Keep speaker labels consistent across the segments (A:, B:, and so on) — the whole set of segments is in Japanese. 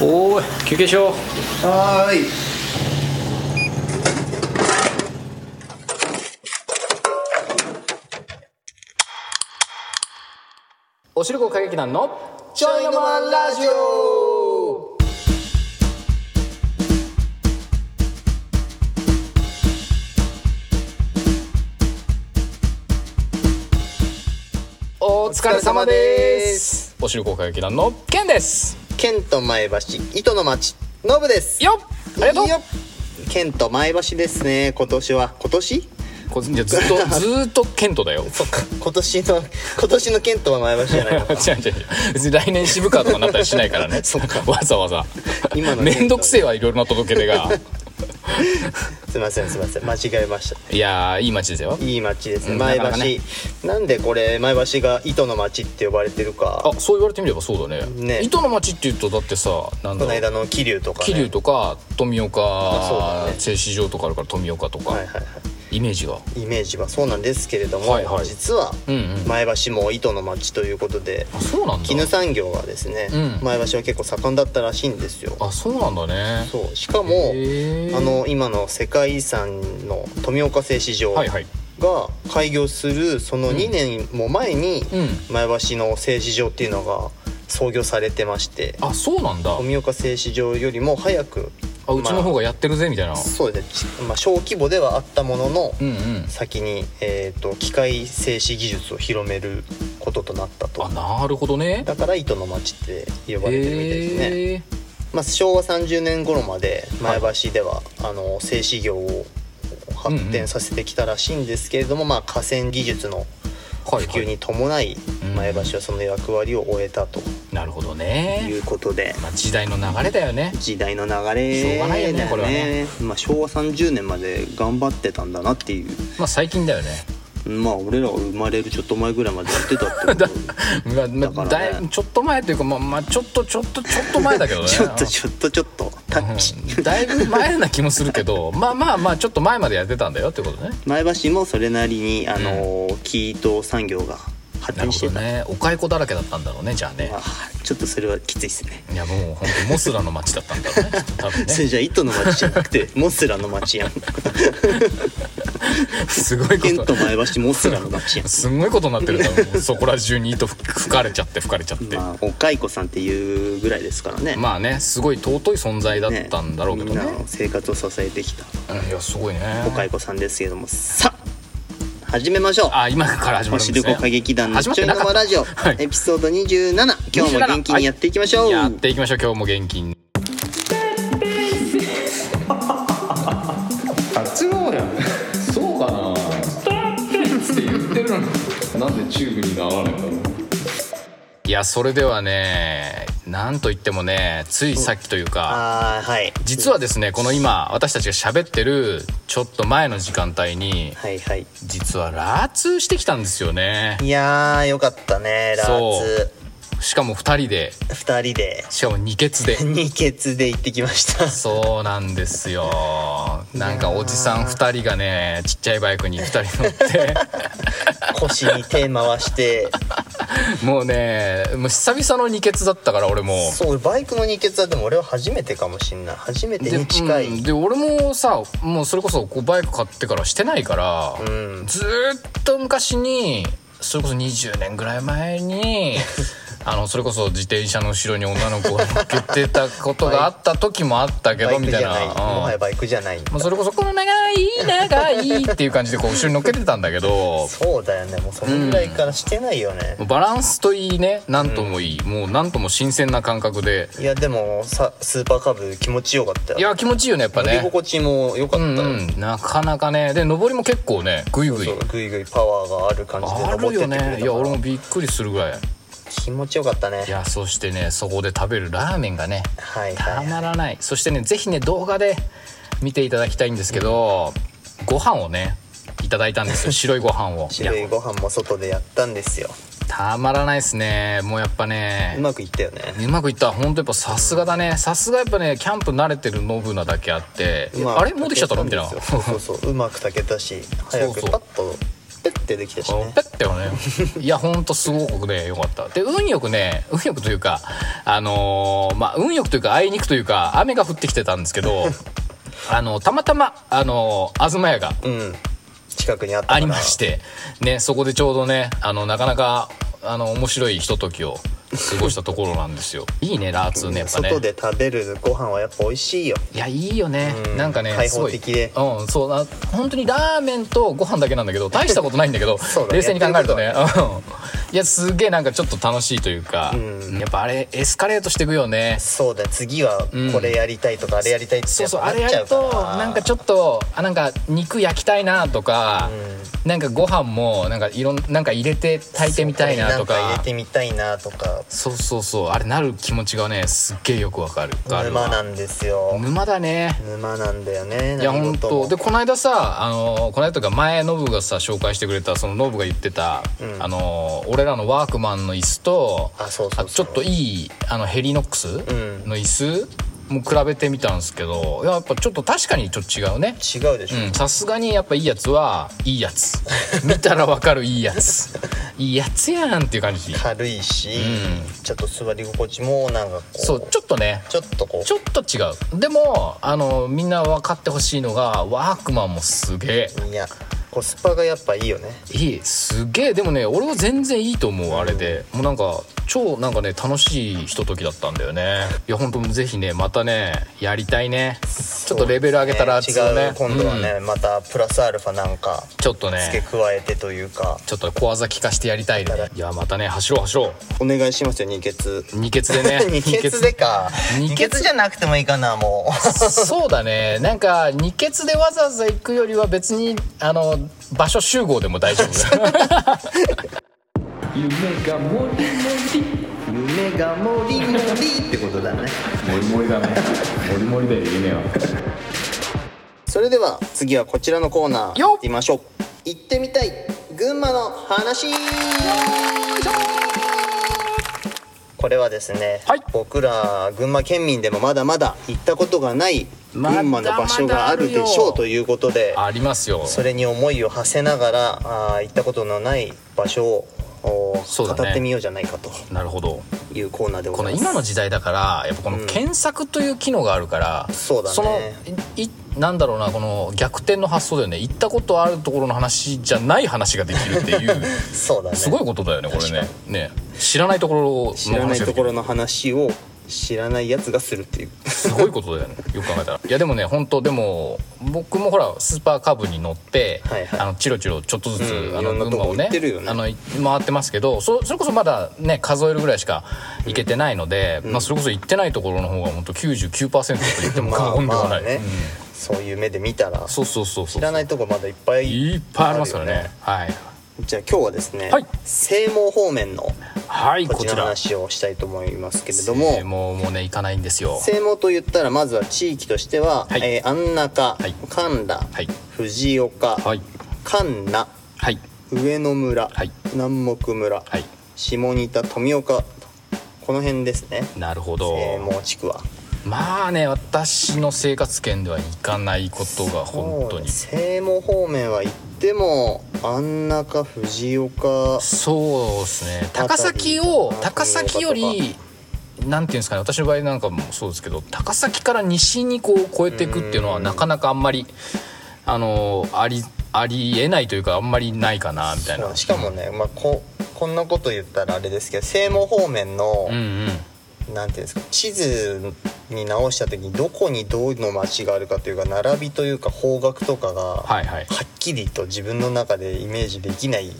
A: おーい休憩しよう
B: はーい
A: おしるこ歌劇団の
B: ちょいのまんラジオ
A: お疲れ様ですおしるこ歌劇団のケンです
B: 県と前橋糸の町ノブです
A: よっありがとう
B: いいよ県と前橋ですね今年は今年
A: こじゃあ ずっとずーっとケントだよ
B: そっか今年の 今年の県とは前橋じゃないの
A: 違 う違う違う別に来年渋川とかなったりしないから ねわざわざ
B: 今のね
A: 面倒くせえはいろいろな届け出が
B: すいませんすいません間違えました
A: いやーいい街ですよ
B: いい町です
A: う
B: ね
A: ん
B: 前橋
A: なかなかね
B: なんでこれ前橋が糸の町って呼ばれてる
A: あ
B: か
A: そう言われてみればそうだね
B: ね
A: 糸の町っていうとだってさなんだろ
B: この
A: う
B: 間の桐生とか、ね、
A: 桐生とか富岡
B: そうだね
A: 製糸場とかあるから富岡とか、
B: はいはいは
A: イメージが
B: いイメージはそうなんですけれども、
A: はいはい
B: 実は
A: うんうん
B: 前橋も糸の町ということで、
A: あそうなんだ
B: 絹産業がですね、
A: うん
B: 前橋は結構盛んだったらしいんですよ
A: あそうなんだね
B: そうしかも
A: へー
B: あの今の世界遺産の富岡製糸場
A: はいはい
B: が開業するその2年も前に
A: うん
B: 前橋の製糸場っていうのが創業されてまして
A: あそうなんだ
B: 富岡製糸場よりも早く
A: あうちの方
B: ま
A: がやってるぜみたいな、
B: あそうですね、ちまあ、小規模ではあったものの、
A: うんうん
B: 先に、えー、と機械製糸技術を広めることとなったと
A: あなるほどね
B: だから糸の町って呼ばれてるみたいですね、
A: へえ
B: まあ、昭和30年頃まで
A: は
B: 前
A: い
B: 橋では、あの製糸業を発展させてきたらしいんですけれども、まあ、河川技術の
A: は
B: 普
A: い、は
B: 及
A: い、
B: に伴い
A: うん
B: 前橋はその役割を終えたと
A: なるほど
B: い
A: ね、
B: うことで
A: まあ、時代の流れだよね
B: 時代の流れ
A: しょうがないよね
B: だ
A: これはね
B: まあ、昭和30年まで頑張ってたんだなってい
A: まあ最近だよね
B: うまあ俺らが生まれるちょっと前ぐらいまでやってた ってこと
A: まあま
B: だか
A: あ
B: らね
A: だいちょっと前というかまあ、まあ、ちょっとちょっとちょっと前だけどね
B: ちょっとちょっとちょっとタッチ、
A: うんだいぶ前な気もするけど まあまあまあちょっと前までやってたんだよってことね
B: 前橋もそれなりにあの、生糸産業が発
A: なるほ
B: 展して
A: ど
B: た
A: ねお蚕だらけだったんだろうねじゃあね
B: あーちょっとそれはきついですね。
A: いやもう本当モスラの街だったんだろうねきっと多分ね
B: そ れじゃあ糸の町じゃな くてモスラの町やん。
A: すごい
B: ケン
A: こと
B: 前橋モスラの町や
A: とすんごいことになってる多分そこら中に糸吹吹かれちゃって吹かれちゃって
B: ん。まあお蚕さんっていうぐらいですからね。
A: まあねすごい尊い存在だったんだろうけどね
B: みんなの生活を支えてきた
A: うんいやすごいね
B: お蚕さんですけども、さあ始めましょう。
A: あ今から始ま
B: お
A: るん
B: し
A: で
B: る
A: すね
B: こ歌劇団の
A: 始まっ
B: ちょ
A: て
B: い
A: な
B: の
A: かっ
B: ま
A: た
B: ラジオ、
A: はい
B: エピソード27今日も元気にやっていきましょう、
A: やっていきましょう今日も元気に
C: 八郎やんそうかなって言ってるのになんでチューブにならないんだろう
A: いやそれではねなんといってもねついさっきというか
B: あーはい
A: 実はですねこの今私たちが喋ってるちょっと前の時間帯に
B: はいはい
A: 実はラーツしてきたんですよね
B: いやーよかったねラーツ
A: しかも2人で
B: 2人で
A: しかも二欠で
B: 二血で行ってきました
A: そうなんですよなんかおじさん2人がねちっちゃいバイクに2人乗って
B: 腰に手回 して
A: もうねもう久々の二欠だったから俺も
B: そうバイクの二血はでも俺は初めてかもしんない初めて
A: で
B: に近い、
A: うんで俺もさもうそれこそこうバイク買ってからしてないから、
B: ん
A: ずーっと昔にそれこそ20年ぐらい前 にあのそれこそ自転車の後ろに女の子が乗っけてたことがあった時もあったけ
B: バ
A: ど
B: イ
A: み
B: クじ
A: たい
B: ゃ
A: な
B: ない、もは
A: う
B: や
A: ん
B: バイクじゃない
A: もうそれこそ「この長い長い」っていう感じでこう後ろに乗っけてたんだけど
B: そうだよねもうそのぐらいからしてないよね、
A: バランスといいねなんともいい、もうなんとも新鮮な感覚で
B: いやでもさスーパーカブ気持ちよかったよ
A: いや気持ちいいよねやっぱ
B: 乗り
A: ね。
B: 心地も良かっ
A: う
B: た
A: ん
B: よ、
A: うん、なかなかねで上りも結構ねグイグイ
B: そうグイグイパワーがある感じで
A: あ
B: 登っ
A: る
B: て
A: よ
B: ってくれたから
A: ねいや俺もびっくりするぐらい
B: 気持ちよかったね
A: いやそしてねそこで食べるラーメンがね
B: はい
A: た
B: はい
A: まらないそしてねぜひね動画で見ていただきたいんですけどご飯をねいただいたん ですよ白いご飯をいや
B: 白いご飯も外でやったんですよ
A: たまらないですねもうやっぱ
B: う
A: ね
B: まくいったよね
A: うまくいった本当やっぱさすがだねさすがやっぱねキャンプ慣れてるノブなだけあって
B: うまく
A: あれもうできちゃったのみたいな
B: 炊けんですよそうそうそううまく炊けたし早く
A: そうそう
B: パッとペッってできたし
A: こう
B: ね
A: ペッてはねいやほんとすごくねよかったで運よくね運よくというかあのーまあ運よくというかあいにくというか雨が降ってきてたんですけ どあのたまたまあの東屋が
B: うん近くにあったから
A: ありまして、ね、そこでちょうどねあのなかなかあの面白いひとときを過ごしたところなんですよいいねラーツーねやっぱね
B: 外で食べるご飯はやっぱ美味しいよ
A: いやいいよね、
B: うん
A: なんかね
B: 開放的です
A: ごいうんそうな本当にラーメンとご飯だけなんだけど大したことないんだけど
B: そうだね
A: 冷静に考えるとねうんいやすげえなんかちょっと楽しいというか、
B: うん
A: やっぱあれエスカレートしていくよね
B: そうだ次はこれやりたいとか、あれやりたいって
A: そ
B: や
A: う
B: っ
A: そう
B: ぱ
A: あれ
B: な
A: や
B: っちゃ
A: る
B: うから
A: となんかちょっとあなんか肉焼きたいなとか、なんかご飯もなんかいろんなんか入れて炊いてみたいなと
B: そうこれん入
A: か
B: れてみたいなとか
A: そうそうそうあれなる気持ちがねすっげえよくわかる
B: 沼
A: あれ
B: な
A: は
B: んですよ
A: 沼だね
B: 沼なんだよね
A: いや
B: 何
A: 本
B: 事も
A: 当でこの間さあのこの間というか前ノブがさ紹介してくれたそのノブが言ってた、
B: うん
A: あの俺らのワークマンの椅子と
B: あそうそうそう
A: あちょっといいあのヘリノックス
B: ん
A: の椅子も比べてみたんですけどやっぱちょっと確かにちょっと違うね
B: 違うでしょ、
A: うんさすがにやっぱいいやつはいいや つ見たらわかるいいやついいやつやんっていう感じ
B: 軽いし、
A: う
B: ちょっと座り心地もなんかこう
A: そうちょっとね
B: ちょっとこう
A: ちょっと違うでもあのみんな分かってほしいのがワークマンもすげえ
B: いやコスパがやっぱいいよね
A: いいすげえでもね俺は全然いいと思うあれでもうなんか超なんかね楽しいひとときだったんだよねいや本当ぜひねまたねやりたいねちょっとレベル上げたら
B: 違
A: 熱をね
B: う今度はね、またプラスアルファなんか
A: ちょっと
B: 付
A: ね
B: け加えてというか
A: ちょっと小技聞かしてやりたいねいやまたね走ろう走ろ
B: お願いしますよ二血
A: う二欠でね
B: 二血でか
A: 二
B: 二
A: 欠
B: 血じゃなくてもいいかなもう
A: そうだねなんか二欠でわざわざ行くよりは別にあの場所集合でも大丈夫
C: 夢がもりも
B: 胸がモリモリってことだね
C: りもりもりだねもりもりだよ夢は
B: それでは次はこちらのコーナー
A: よっ
B: 行ってみましょう行ってみたい群馬の話これはですね、
A: はい
B: 僕ら群馬県民でもまだまだ行ったことがない群
A: まだ
B: 馬の場所があるでしょうということで
A: ありますよ
B: それに思いを馳せながらあー行ったことのない場所をお
A: そう
B: 語
A: だね
B: ってみようじゃないかと
A: なるほど
B: いうコーナーでご
A: こ
B: ざ
A: の
B: います。
A: 今の時代だからやっぱこの検索という機能があるから、
B: そうだね
A: のいいなんだろうなこの逆転の発想だよね行ったことあるところの話じゃない話ができるっていう
B: そうだね
A: すごいことだよねこれねね知らないところの話
B: 知らな
A: が
B: い
A: で
B: と
A: き
B: こ
A: る
B: ろの話を知らないやつがするっていう。
A: すごいことだよねよく考えたらいやでもね本当でも僕もほらスーパーカブに乗って、
B: はいはい
A: あのチロチロちょっとずつ、
B: うん
A: あ
B: いろんな
A: の
B: とこ
A: 群馬をね
B: 行ってるよね
A: あのい回ってますけどそそれこそまだね数えるぐらいしか行けてないので、まあ、それこそ行ってないところの方が本当99%と言っても過言ではない、
B: ね
A: うん、
B: そういう目で見たら
A: そうそうそうそ
B: 知
A: う
B: らないとこまだいっぱい
A: いっぱいありますからね
B: あるよ
A: はい
B: じゃあ今日はですね、
A: はい
B: 西門方面の
A: はい
B: こ
A: こ
B: ちら
A: ち
B: の
A: ら
B: 話をしたいと思いますけれど
A: もう
B: も
A: もうね行かないんですよ
B: 西門と言ったらまずは地域としては、
A: はい
B: えー安中、
A: はい
B: 神田、
A: はい
B: 藤岡、
A: はい
B: 神奈
A: はい
B: 上野村、
A: はい
B: 南牧村、
A: はい
B: 下仁田富岡とこの辺ですね
A: なるほど
B: 西門地区は
A: まあね私の生活圏では行かないことが本当に
B: そうね西門方面は行っても安中藤岡
A: そうですね高崎
B: あ
A: を
B: たり
A: 高崎よりなんていうんですかね私の場合なんかもそうですけど高崎から西にこう越えていくっていうのは
B: うん
A: なかなかあんまりあのありありえないというかあんまりないかなみたいな
B: そうしかもね、まあ、ここんなこと言ったらあれですけど西門方面の
A: うん、うん
B: なんていうんですか地図に直した時にどこにどうの町があるかというか並びというか方角とかがは
A: はいはい
B: っきりと自分の中でイメージできないか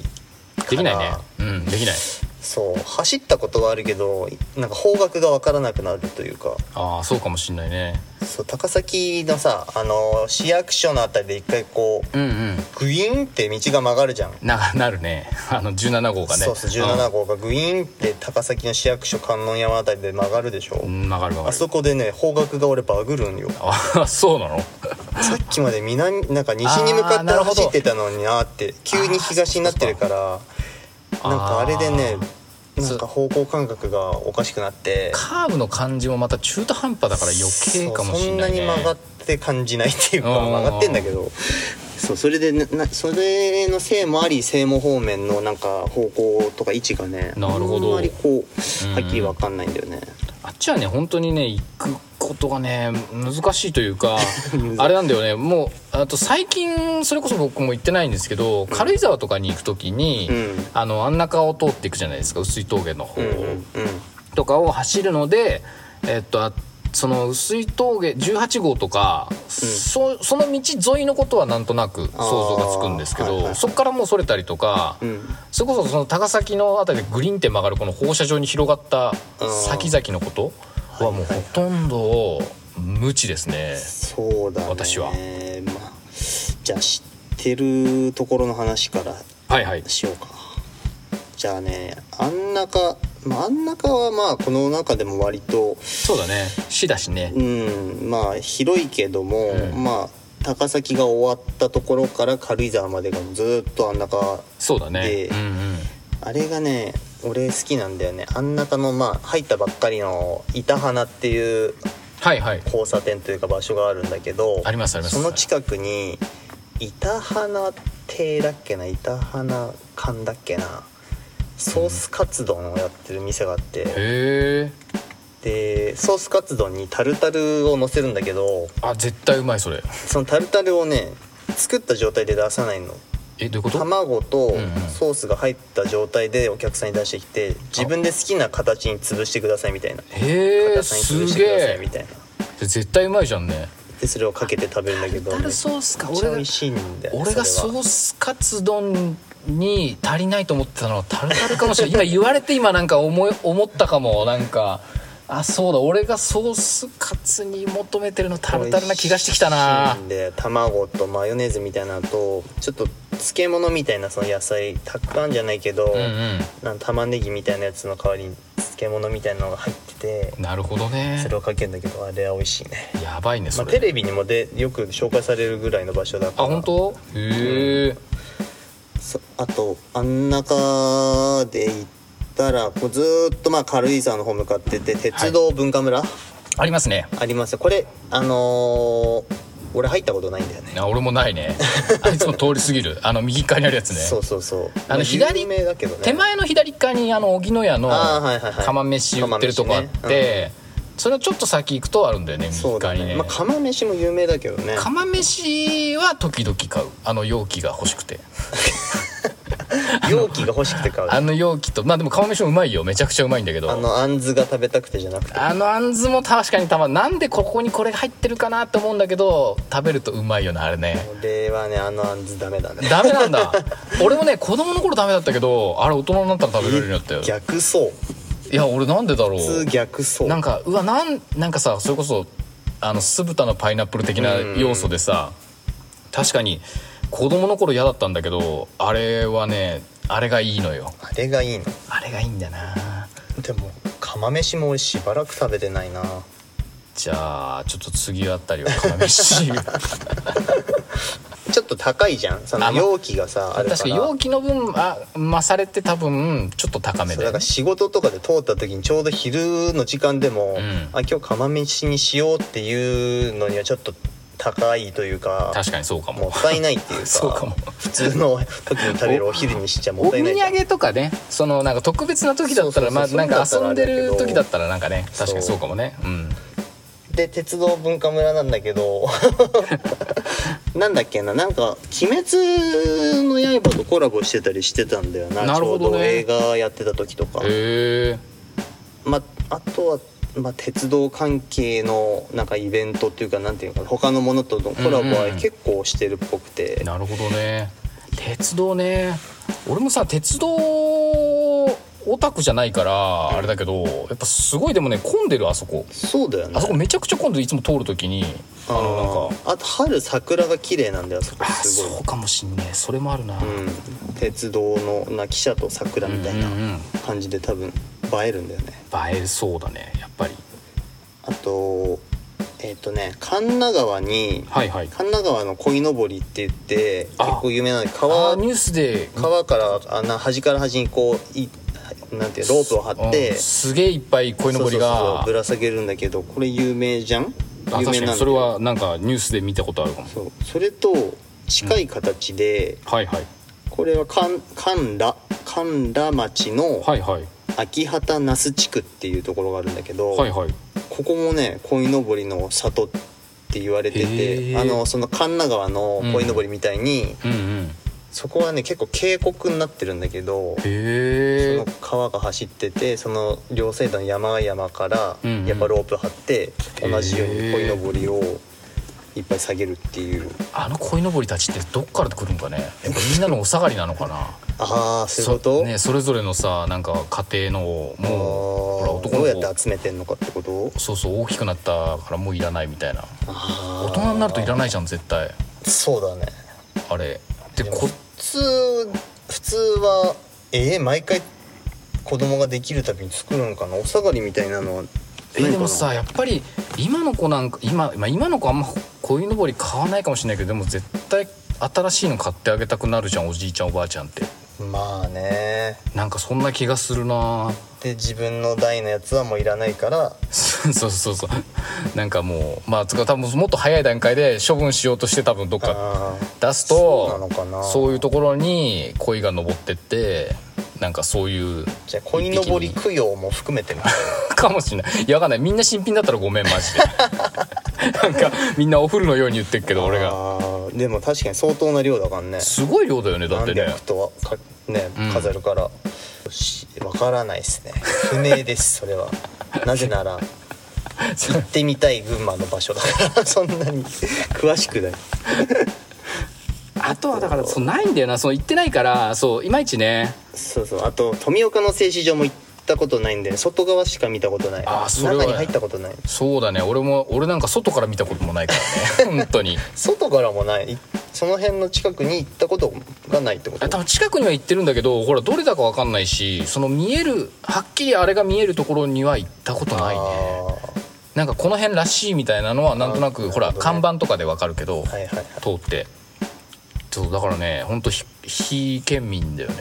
B: ら
A: できないねうんできない
B: そう走ったことはあるけどなんか方角が分からなくなるというか
A: ああそうかもしんないね
B: そう高崎のさあの市役所のあたりで一回こう
A: うんうん
B: グイーンって道が曲がるじゃん、
A: ななるねあの17号がね
B: そうそう17号がグイーンって高崎の市役所観音山あたりで曲がるでしょ、
A: うん曲がる曲が
B: あ
A: る
B: そこでね方角が俺バグるんよ
A: あそうなの
B: さっきまで南なんか西に向か
A: あー
B: っ
A: な
B: て
A: るほど
B: 走ってたのになーって急に東になってるから
A: あー
B: なんかあれでね
A: あー
B: なんか方向感覚がおかしくなって
A: カーブの感じもまた中途半端だから余計かもしんない、ね、
B: そうそんなに曲がって感じないっていうか
A: うん
B: 曲がってんだけどそうそれでねなそれのせいもあり正門方面のなんか方向とか位置がね
A: なるほど
B: あんまりこうはっきり分かんないんだよね、
A: あっちはね本当にね行くことがね難しいという かあれなんだよねもうあと最近それこそ僕も行ってないんですけど軽井沢とかに行く時に、
B: うん
A: あのあん中を通っていくじゃないですか薄い峠の方
B: う
A: を
B: ん、うんうん
A: とかを走るのでえっとあその薄い峠18号とか、そその道沿いのことはなんとなく想像がつくんですけ
B: あー
A: ど、
B: はいはい
A: そこからもうそれたりとか、
B: うん
A: それこそその高崎のあたりでグリーンって曲がるこの放射状に広がった先々のことはもうほとんど無知ですね。
B: そうだね
A: 私は
B: まあじゃあ知ってるところの話から
A: はいはい。
B: しようかじゃあねあん中まああん中はまあこの中でも割と
A: そうだね。市だしね
B: う。んまあ広いけども、
A: うん
B: まあ高崎が終わったところから軽井沢までがずっとあん中
A: そうだね
B: で。
A: うんうん。
B: あれがね俺好きなんだよねあん中のまあ入ったばっかりの板花っていう
A: はいはい。
B: 交差点というか場所があるんだけど
A: ありますあります
B: その近くに板花亭だっけな板花館だっけなソースカツ丼をやってる店があって
A: へえ。
B: でソースカツ丼にタルタルを乗せるんだけど
A: あ絶対うまいそれ。
B: そのタルタルをね作った状態で出さないの
A: えどういうこと？
B: 卵と
A: うんうん
B: ソースが入った状態でお客さんに出してきて自分で好きな形に潰してくださいみたいな
A: へえ
B: 硬さに
A: す
B: 潰して
A: げ
B: くださいみ
A: え
B: たいな
A: 絶対うまいじゃんね
B: でそれをかけて食べるんだけどめっち
A: ースか
B: ゃ美味しいんだよね
A: 俺が
B: そ
A: ソ
B: れは
A: ースカツ丼に足りないと思ってたのはタルタルかもしれない今言われて今なんか思い思ったかもなんかあそうだ俺がソースカツに求めてるのタルタルな気がしてきたな
B: 美味しいんで卵とマヨネーズみたいなのとちょっと漬物みたいなその野菜たくあんじゃないけど、
A: うんうん
B: なんか玉ねぎみたいなやつの代わりに漬物みたいなのが入ってて
A: なるほどね
B: それをかけるんだけどあれは美味しいね
A: やばいね
B: ま
A: そ
B: あ、テ
A: れ
B: レビにもでよく紹介されるぐらいの場所だか
A: あ
B: ら
A: 本当へえ
B: そあとあん中で行ったらこうずーっとまあ軽井沢の方向かってて鉄道文化村、
A: ありますね
B: ありますよこれあのー俺入ったことないんだよね
A: あ俺もない ねあいつも通り過ぎるあの右側にあるやつね
B: そうそうそう
A: あの左
B: 有名だけどね
A: 手前の左側にあの荻野屋の
B: あーはいはいはい
A: 釜飯売ってるとこあって、
B: 釜飯ね
A: それをちょっと先行くとあるんだよね
B: そ
A: 右
B: うだ
A: 側に
B: ね
A: ね
B: まあ釜飯も有名だけどね
A: 釜飯は時々買うあの容器が欲しくて
B: 容器が欲しくて買う
A: あ
B: あ
A: の容器とまあでも釜飯もうまいよめちゃくちゃうまいんだけどあの
B: のあんずが食べたくてじゃなくて
A: あんずも確かにたまなんでここにこれ入ってるかなって思うんだけど食べるとうまいよなあれね
B: 俺はねあのあんずダメだね
A: ダメなん だ俺もね子供の頃ダメだったけどあれ大人になったら食べれるようになったよ
B: 逆走
A: いや俺なんでだろう
B: 普通逆走
A: なんかうわなんなんかさそれこそあの酢豚のパイナップル的な要素でさ、確かに子供の頃嫌だったんだけどあれはねあれがいいのよ
B: あれがいいの
A: あれがいいんだな
B: でも釜飯も俺しばらく食べてないな
A: じゃあちょっと次あたりは釜 飯
B: ちょっと高いじゃんそ
A: あ
B: の
A: ま
B: 容器がさある
A: 確
B: から
A: かに容器の分あ勝れて多分ちょっと高め
B: そう
A: だ
B: だ
A: よ
B: から
A: ね
B: 仕事とかで通った時にちょうど昼の時間でも、
A: ん
B: あ今日釜飯にしようっていうのにはちょっと高いというか
A: 確かにそうかも
B: もったいないっていう か
A: そうかも
B: 普通の時に食べるお昼にしちゃも
A: お
B: った
A: 土
B: いないじゃん
A: 産とかねそのなんか特別な時だったら
B: そ
A: ま
B: う
A: あ
B: そうそう
A: なんか
B: そう
A: 遊
B: いうんんだ
A: でる時
B: ったらあれだけど
A: だったらなんかね確かにそうかもねうん
B: で鉄道文化村なんだけ どなんだっけななんか「鬼滅の刃」とコラボしてたりしてたんだよな
A: なるほどね
B: ちょうど映画やってた時とか、
A: へえ
B: まあとは、まあ、鉄道関係のなんかイベントっていうかなんていうのかな他のものとのコラボ
A: うん
B: は
A: うん
B: 結構してるっぽくて、
A: なるほどね鉄道ね俺もさ鉄道オタクじゃないからあれだけどやっぱすごいでもね混んでるあそこ
B: そうだよね
A: あそこめちゃくちゃ混んでるいつも通る時にあ
B: あ
A: のなんか
B: ーあと春桜が綺麗なんだよあそこ
A: あ
B: すごい
A: そうかもしんねえそれもあるな、
B: うん、鉄道のな汽車と桜みたいな
A: うんうんうん
B: 感じで多分映えるんだよね
A: 映えそうだねやっぱり
B: あとえっ、とね神奈川に
A: はいはい
B: 神奈川の鯉のぼりって言って
A: あ
B: 結構有名なので
A: あ
B: 川
A: ーニュースで
B: 川からあな端から端にこういなんていうロープを張って、
A: うんすげえいっぱい鯉のぼり
B: そうそうそう
A: が
B: ぶら下げるんだけどこれ有名じゃん
A: あ確
B: 有名
A: か
B: な
A: に
B: ん
A: それはなんかニュースで見たことあるかも
B: そうそれと近い形で、
A: はいはい
B: これは神神楽神楽町の
A: はいはい
B: 秋畑那須地区っていうところがあるんだけど、
A: はいはい
B: ここもね鯉のぼりの里って言われて
A: へ
B: て
A: ー
B: あのその神奈川の鯉のぼりみたいに、
A: うんうん
B: そこはね結構渓谷になってるんだけどそ
A: へ
B: の川が走っててその両サイドの山々から
A: うんうん
B: やっぱロープ張って
A: へー
B: 同じように鯉のぼりをいっぱい下げるっていう
A: あの鯉のぼりたちってどっから来るんかねやっぱみんなのお下がりなのかな
B: ああ そういうこと、
A: ね、それぞれのさなんか家庭のもう
B: あー
A: ほら男
B: どう
A: の
B: やって
A: 子
B: 集めてんのかってこと
A: そうそう大きくなったからもういらないみたいな
B: 大
A: 大人になるといら
B: い
A: ないじゃん絶対
B: そうだね
A: あれで
B: でも
A: こ
B: 普通普通はえー、毎回子供ができるたびに作るのかなお下がりみたいなのはない
A: え
B: かな
A: でもさやっぱり今の子なんか今,、まあ、今の子あんま鯉のぼり買わないかもしれないけどでも絶対新しいの買ってあげたくなるじゃんおじいちゃんおばあちゃんって
B: まあね
A: なんかそんな気がするな
B: で自分の代のやつはもういらないから
A: そうそうそうそうなんかもうまあつか多分もっと早い段階で処分しようとして多分どっか
B: あー
A: 出す
B: そうなの
A: と
B: かな
A: そういうところに鯉が登ってってなんかそういう
B: じゃあ鯉のぼり供養も含めてみたい
A: かもしれないいやわかんないみんな新品だったらごめんマ ジでなんかみんなお古のように言ってるけど
B: な
A: 俺が
B: あーでも確かに相当な量だからね
A: すごい量だよねだっ
B: 何
A: てね
B: 百とはかね
A: うん
B: 飾るから、しわからないですね不明ですそれ はなぜなら行ってみたい群馬の場所だから そんなに詳しくない
A: あとはだからそうないんだよなそう行ってないからそういまいちね
B: そうそうあと富岡の製糸場も行ったことないんで外側しか見たことない
A: あーそれは
B: 中に入ったことない
A: そうだね俺も俺なんか外から見たこともないから ね本当に
B: 外からもないいその辺の近くに行ったことがないってこ
A: あ多
B: と
A: 分近くには行ってるんだけどほらどれだかわかんないしその見えるはっきりあれが見えるところには行ったことないね
B: あー
A: なんかこの辺らしいみたいなのはなんとな
B: あ
A: く
B: ー
A: ほら
B: なるほど
A: 看
B: ね
A: 板とかでわかるけど
B: はいはいはい
A: 通ってそうだからねほんとひ非県民だよ ね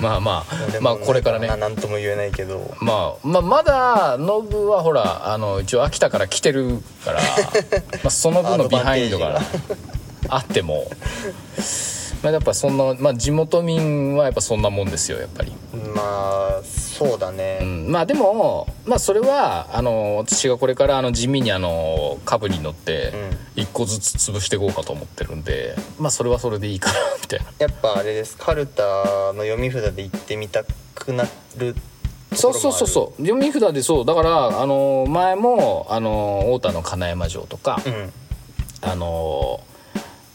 A: まあま
B: 俺
A: あ
B: も
A: まあこれからね
B: ななんとも言えないけど
A: まあ、まあまだノブはほらあの一応秋田から来てるからまあその分のビハインド
B: アド
A: が
B: バン
A: あってもまあやっぱそんな、まあ、地元民はやっぱそんなもんですよやっぱり、
B: まあそうだね、
A: うん、まあでも、まあ、それはあの私がこれからあの地味にあの株に乗って一個ずつ潰していこうかと思ってるんでまあそれはそれでいいかなみたいな。
B: やっぱあれですカルタの読み札で行ってみたくなる
A: そうそうそうそう読み札でそうだからあの前もあの太田の金山城とか、
B: ううん
A: あの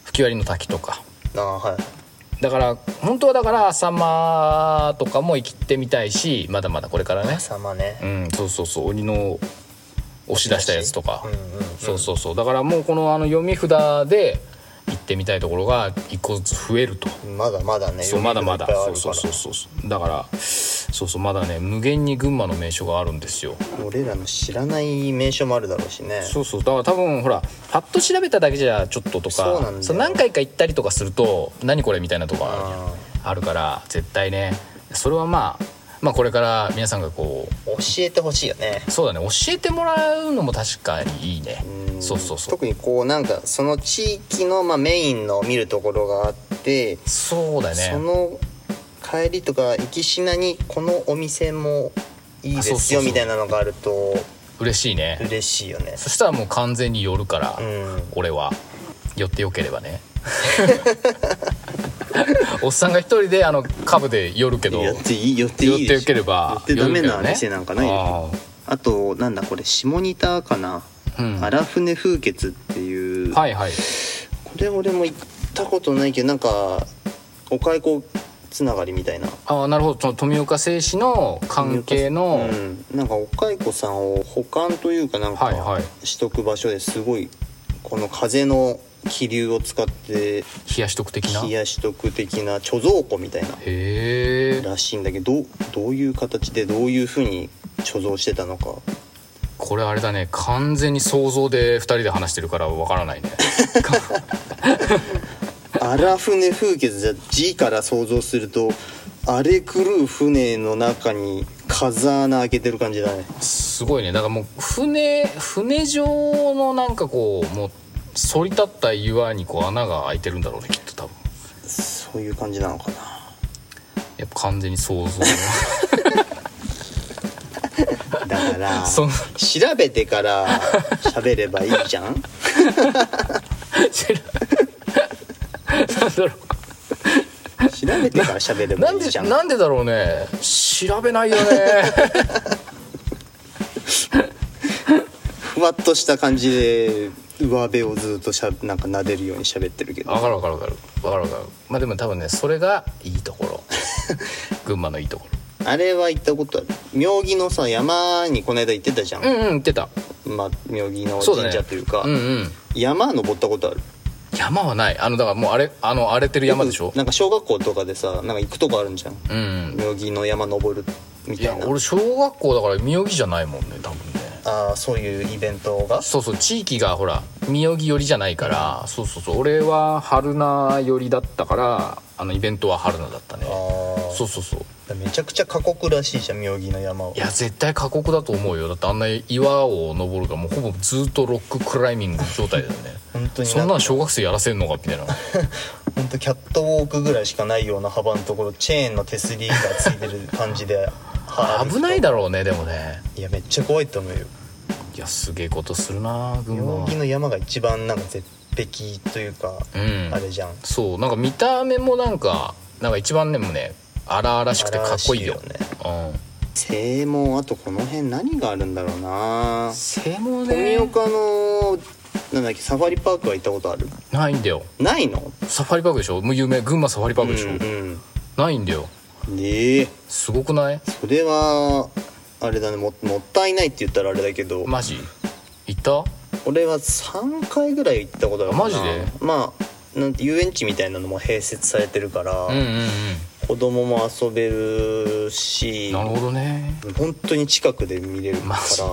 A: 吹割の滝とか
B: ああはい
A: だから本当はだから浅間とかも生きてみたいしまだまだこれからね
B: 朝まね
A: うんそうそうそう鬼の押し出したやつとか、
B: うんうんうん
A: そうそうそうだからもうこのあの読み札で行ってみたいところが一個ずつ増えると。
B: まだまだね
A: そうまだまだ
B: 読
A: そ
B: み
A: うそう
B: 札いっぱいあるか
A: そうそうそうだからそうそうまだね無限に群馬の名所があるんですよ
B: ら俺らの知らない名所もあるだろうしね
A: そうそうだから多分ほらパッと調べただけじゃちょっととか
B: そうなんだよ
A: そう何回か行ったりとかすると何これみたいなとこあるじゃん
B: あ
A: あるから絶対ねそれはまあまあこれから皆さんがこ
B: ー教えてほしいよね
A: うそうだね教えてもらうのも確かにいいね
B: ん
A: そうそうそう
B: 特にこうなんかその地域の、まあ、メインの見るところがあって、
A: そうだ
B: そ
A: ね
B: の帰りとか行きしなにこのお店もいいで
A: あそう
B: す
A: そう
B: よ
A: そう
B: みたいなのがあると
A: 嬉しいね
B: 嬉しいよね
A: そしたらもう完全に寄るから、
B: うん
A: 俺は寄ってよければね おっさんが一人であの株で寄るけど
B: やっていい寄って
A: 寄っ
B: い
A: て
B: いで
A: よ
B: し
A: け
B: ょ
A: れば
B: 寄ってダメ
A: 寄るけ
B: な
A: どね
B: 店なんかない
A: あ
B: よあとなんだこれ下仁田かな
A: ーうん
B: 荒船風穴っていう、
A: はいはい
B: これ俺も行ったことないけどなんかお蚕つながりみたいな
A: ああなるほどその富岡製紙の関係の、
B: うん、なんかお蚕さんを保管というかなん
A: はいは
B: か
A: い
B: しとく場所ですごいこの風の気流を使って
A: 冷やしとく的な
B: 冷
A: へ
B: やしとく的な貯蔵庫みたいな
A: え
B: らしいんだけどどうどういう形でどういうふうに貯蔵してたのか
A: これあれだね完全に想像で2人で話してるからわから ないね
B: 荒船風穴じゃ字から想像すると荒れ狂う船の中に風穴開けてる感じだね
A: すごいねだからもう船船上のなんかこうもう反り立った岩にこう穴が開いてるんだろうねきっと多分
B: そういう感じなのかな
A: やっぱ完全に想 像
B: だから
A: そ
B: 調
A: ん
B: べてから喋ればいいじゃん
A: 知 らなんだろ
B: 調べてから喋れ
A: う
B: ば
A: ないん
B: いじ
A: で
B: ゃん
A: なんでだろうね調べないよね
B: ふわっとした感じで上辺をずっとしゃなんか撫でるように喋ってるけど
A: わかるわかるわかるわかるわかるまあでも多分ねそれがいいとこ ろ群馬のいいとこ
B: あれは行ったことある妙義のさ山にこの間行ってたじゃん、
A: ろうんうん言ってた
B: まあ、妙義の
A: そうだね
B: 神社というか
A: うんうん
B: 山登ったことある
A: 山はないあのだからもうあれあの荒れてる山でしょ
B: なんか小学校とかでさなんか行くとこあるんじゃん
A: うん
B: 妙義の山登るみ
A: い
B: た
A: や
B: いな
A: 俺小学校だから妙義じゃないもんね多分ね
B: ああそういうイベントが
A: そうそう地域がほら宮城寄りじゃないからそうそうそう俺は春菜寄りだったからあのイベントは春菜だったね
B: あ
A: そうそうそう
B: あめちゃくちゃ過酷らしいじゃん妙義の山はい
A: や絶対過酷だと思うよだってあんな岩を登るからもうほぼずっとロッククライミング状態だよね
B: 本当に
A: そんなん小学生やらせんのかみたいな
B: 本当キャットウォークぐらいしかないような幅のところチェーンの手すりがついてる感じでは
A: 危ないだろうねでもね
B: いやめっちゃ怖いと思うよ
A: いやすげえことするな群馬
B: 妙
A: は
B: 義の山が一番なんか絶壁というか、
A: うん
B: あれじゃん
A: そうなんか見た目もなんかなんか一番でもね荒々しくてかっこいいよ
B: 荒
A: う
B: 々し
A: ん
B: 正門あとこの辺何があるんだろうな
A: 正門
B: 富
A: ね
B: 岡のなんだっけサファリパークは行ったことある
A: ないんだよ
B: ないの
A: サファリパークでしょもう有名群馬サファリパークでしょ、
B: うん
A: ないんだよ
B: うんねえ
A: すごくない
B: それはあれだねももったいないって言ったらあれだけど、
A: マジ行った
B: 俺は3回ぐらい行ったことあるかな
A: マジで
B: まあなんて遊園地みたいなのも併設されてるから、
A: うんうんうん
B: 子供も遊べるし
A: なるほどね
B: 本当に近くで見れるか
A: マジ
B: ら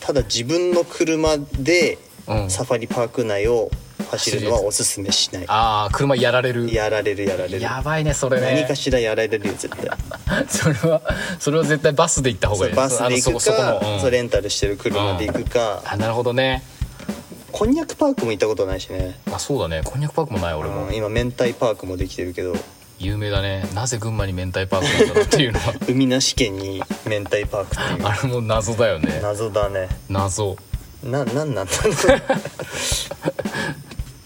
B: ただ自分の車で
A: うん
B: サファリパーク内を走るのはおすすめしない
A: ああ車やられる
B: やられるやられる
A: やばいねそれね
B: 何かしらやられるよ絶対
A: それはそれは絶対バスで行った方がいい
B: バスで
A: あ
B: 行くか
A: のそこそこの、うん
B: そうレンタルしてる車で行くか
A: あなるほどね
B: こんにゃくパークも行ったことないしね
A: あそうだねこんにゃくパークもない俺も、
B: うん今明太パークもできてるけど
A: 有名だねなぜ群馬に明太パークなんだろうっていうのは
B: 海なし県に明太パークっていう
A: あれも謎だよね
B: 謎だね
A: 謎
B: ななんなんだ ろう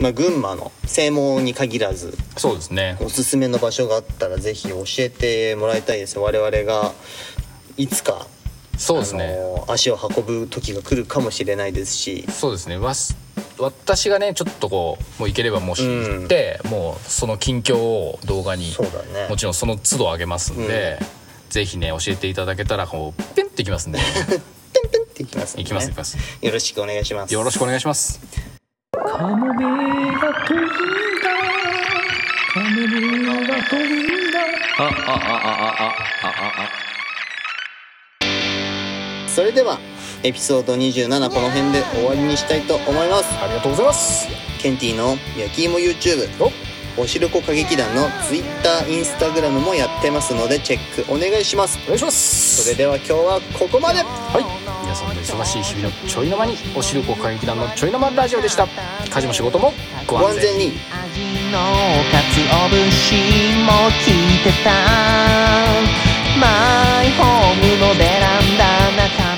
B: まあ群馬の正門に限らず
A: そうですね
B: おすすめの場所があったらぜひ教えてもらいたいです我々がいつか
A: そうですね、
B: あの足を運ぶ時が来るかもしれないですし
A: そうですねわす私がねちょっとこうもう行ければもし行って、もうその近況を動画に
B: そうだね
A: もちろんその都度上げますんで、ぜひね教えていただけたらこうピンっていき ますんで
B: ペンペンっていきますんで
A: い
B: ね
A: きますいきます
B: よろしくお願いします
A: よろしくお願いします
C: カモメが飛んだカモメが飛んだああああああああ
B: それではエピソード27この辺で終わりにしたいと思います
A: ありがとうございます
B: ケンティーの焼き芋 YouTube
A: お
B: おしるこ歌劇団の Twitter、Instagram もやってますのでチェックお願いします
A: お願いします
B: それでは今日はここまで
A: はい皆さんの忙しい日々のちょいの間におしるこ歌劇団のちょいの間ラジオでした家事も仕事もご
B: ご
A: 安
B: 安
A: 全に
B: 全に
D: 味のかつお節も聞いてたマイホームのベランダ仲